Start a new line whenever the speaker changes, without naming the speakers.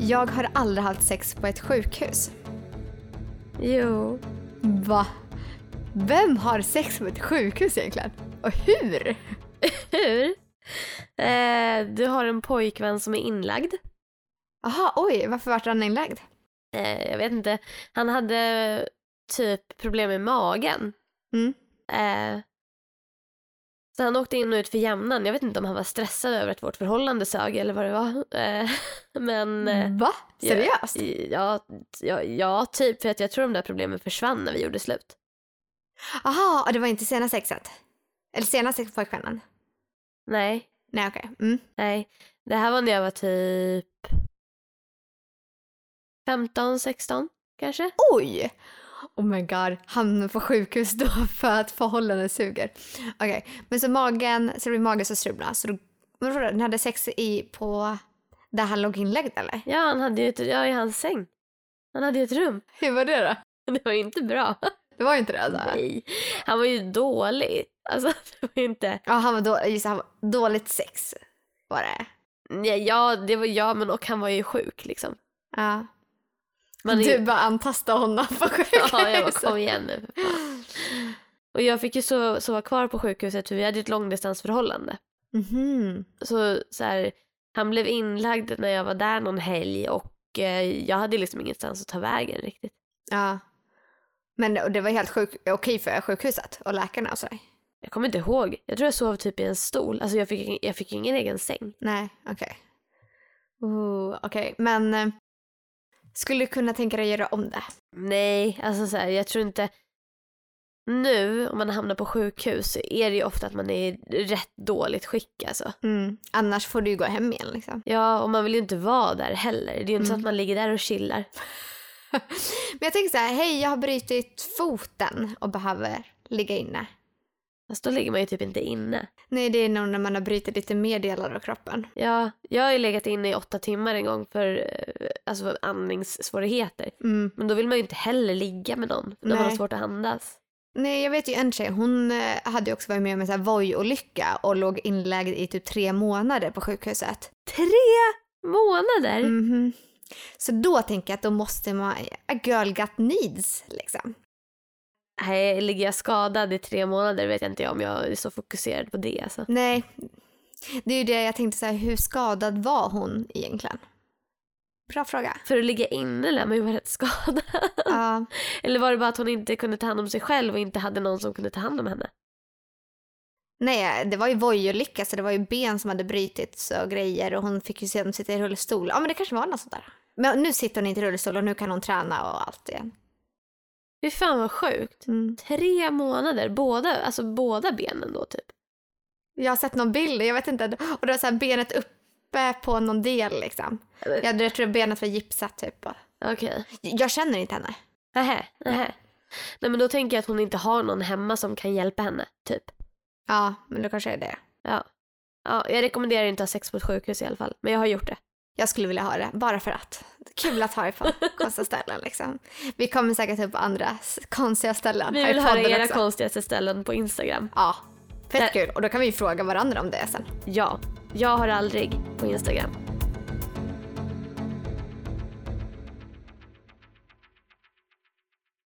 Jag har aldrig haft sex på ett sjukhus.
Jo.
Va? Vem har sex på ett sjukhus egentligen? Och hur?
Hur? Eh, du har en pojkvän som är inlagd.
Aha, oj, varför vart han inlagd?
Eh, jag vet inte. Han hade typ problem med magen.
Mm.
Eh, så han åkte in och ut för jämnan. Jag vet inte om han var stressad över att vårt förhållande sög eller vad det var. Eh, men eh,
Va? Mm. Seriöst?
ja, ja, ja, typ. För att jag tror de där problemen försvann när vi gjorde slut.
Aha, och det var inte sena sexet? Eller sena sex på pojkvännen?
Nej,
Nej, okej. Mm.
nej. Det här var när jag var typ 15, 16 kanske.
Oj! Oh my god, hamnar på sjukhus då för att förhållandet suger. Okej, men så magen, så det blir magen som strular. Så då, men vadå, ni hade sex i på där han låg inlagd eller?
Ja, han hade ju ett, ja, i hans säng. Han hade ju ett rum.
Hur var det då?
Det var ju inte bra.
Det var ju inte det alltså?
Nej. Han var ju dålig. Alltså, det var ju inte...
Ja, han var, då, just, det, han var dåligt sex var det.
Nej, ja, det var jag, men och han var ju sjuk liksom.
Ja.
Man är ju-
Du bara antastade honom på sjukhuset.
Ja, jag bara kom igen nu. för fan." Och jag fick ju sova, sova kvar på sjukhuset för vi hade ju ett långdistansförhållande.
Mhm.
Så, så här, han blev inlagd när jag var där någon helg och eh, jag hade liksom ingenstans att ta vägen riktigt.
Ja. Men och det var helt sjuk, okej för sjukhuset och läkarna och sådär?
Jag kommer inte ihåg. Jag tror jag sov typ i en stol. Alltså jag fick, jag fick ingen egen säng.
Nej, okej. Ooh, Okej, men eh, skulle du kunna tänka dig att göra om det?
Nej, alltså så här, jag tror inte... Nu, om man hamnar på sjukhus, så är det ju ofta att man är i rätt dåligt skick alltså.
Mm. Annars får du ju gå hem igen liksom.
Ja, och man vill ju inte vara där heller. Det är ju inte så
Mm.
att man ligger där och chillar.
Men jag tänker så här, hej jag har brutit foten och behöver ligga inne.
Alltså då ligger man ju typ inte inne.
Nej, det är nog när man har brutit lite mer delar av kroppen.
Ja, jag har ju legat inne i åtta timmar en gång för eh, alltså, för andningssvårigheter.
Mm.
Men då vill man ju inte heller ligga med någon när man har
Nej.
svårt att andas.
Nej, jag vet ju en tjej, hon eh, hade ju också varit med om en sån här vojolycka och låg inlagd i typ tre månader på sjukhuset.
Tre månader?
Mhm. Så då tänker jag att då måste man, eh, a girl got needs liksom.
Nej, ligger jag skadad i tre månader vet jag inte om jag är så fokuserad på det. Alltså.
Nej, det är ju det jag tänkte så här, hur skadad var hon egentligen? Bra fråga.
För att ligga inne lär man ju vara rätt skadad.
Ja,
Eller var det bara att hon inte kunde ta hand om sig själv och inte hade någon som kunde ta hand om henne?
nej, eh, det var ju vojolycka så det var ju ben som hade brutits och grejer och hon fick ju sedan sitta i rullstol. Ja, men det kanske var något sånt där. Men nu sitter hon inte i rullstol och nu kan hon träna och allt igen.
Fy fan vad sjukt.
Mm.
Tre månader, båda, alltså båda benen då typ.
Jag har sett någon bild, jag vet inte, och det var så här benet uppe på någon del liksom. Jag, jag tror benet var gipsat typ. och-
Okej.
Jag känner inte henne.
Nähä, nähä. Nej men då tänker jag att hon inte har någon hemma som kan hjälpa henne, typ.
Ja, men då kanske det är det.
Ja. ja jag rekommenderar inte att ha sex på ett sjukhus i alla fall, men jag har gjort det.
Jag skulle vilja ha det, bara för att. Kul att ha det på konstiga ställen liksom. Vi kommer säkert upp på andra s- konstiga ställen
Vi
här i
vill höra
podden
era
också.
konstigaste ställen på Instagram.
Ja,
Där-
fett kul. Och då kan vi ju fråga varandra om det sen.
Ja, jag har aldrig på Instagram.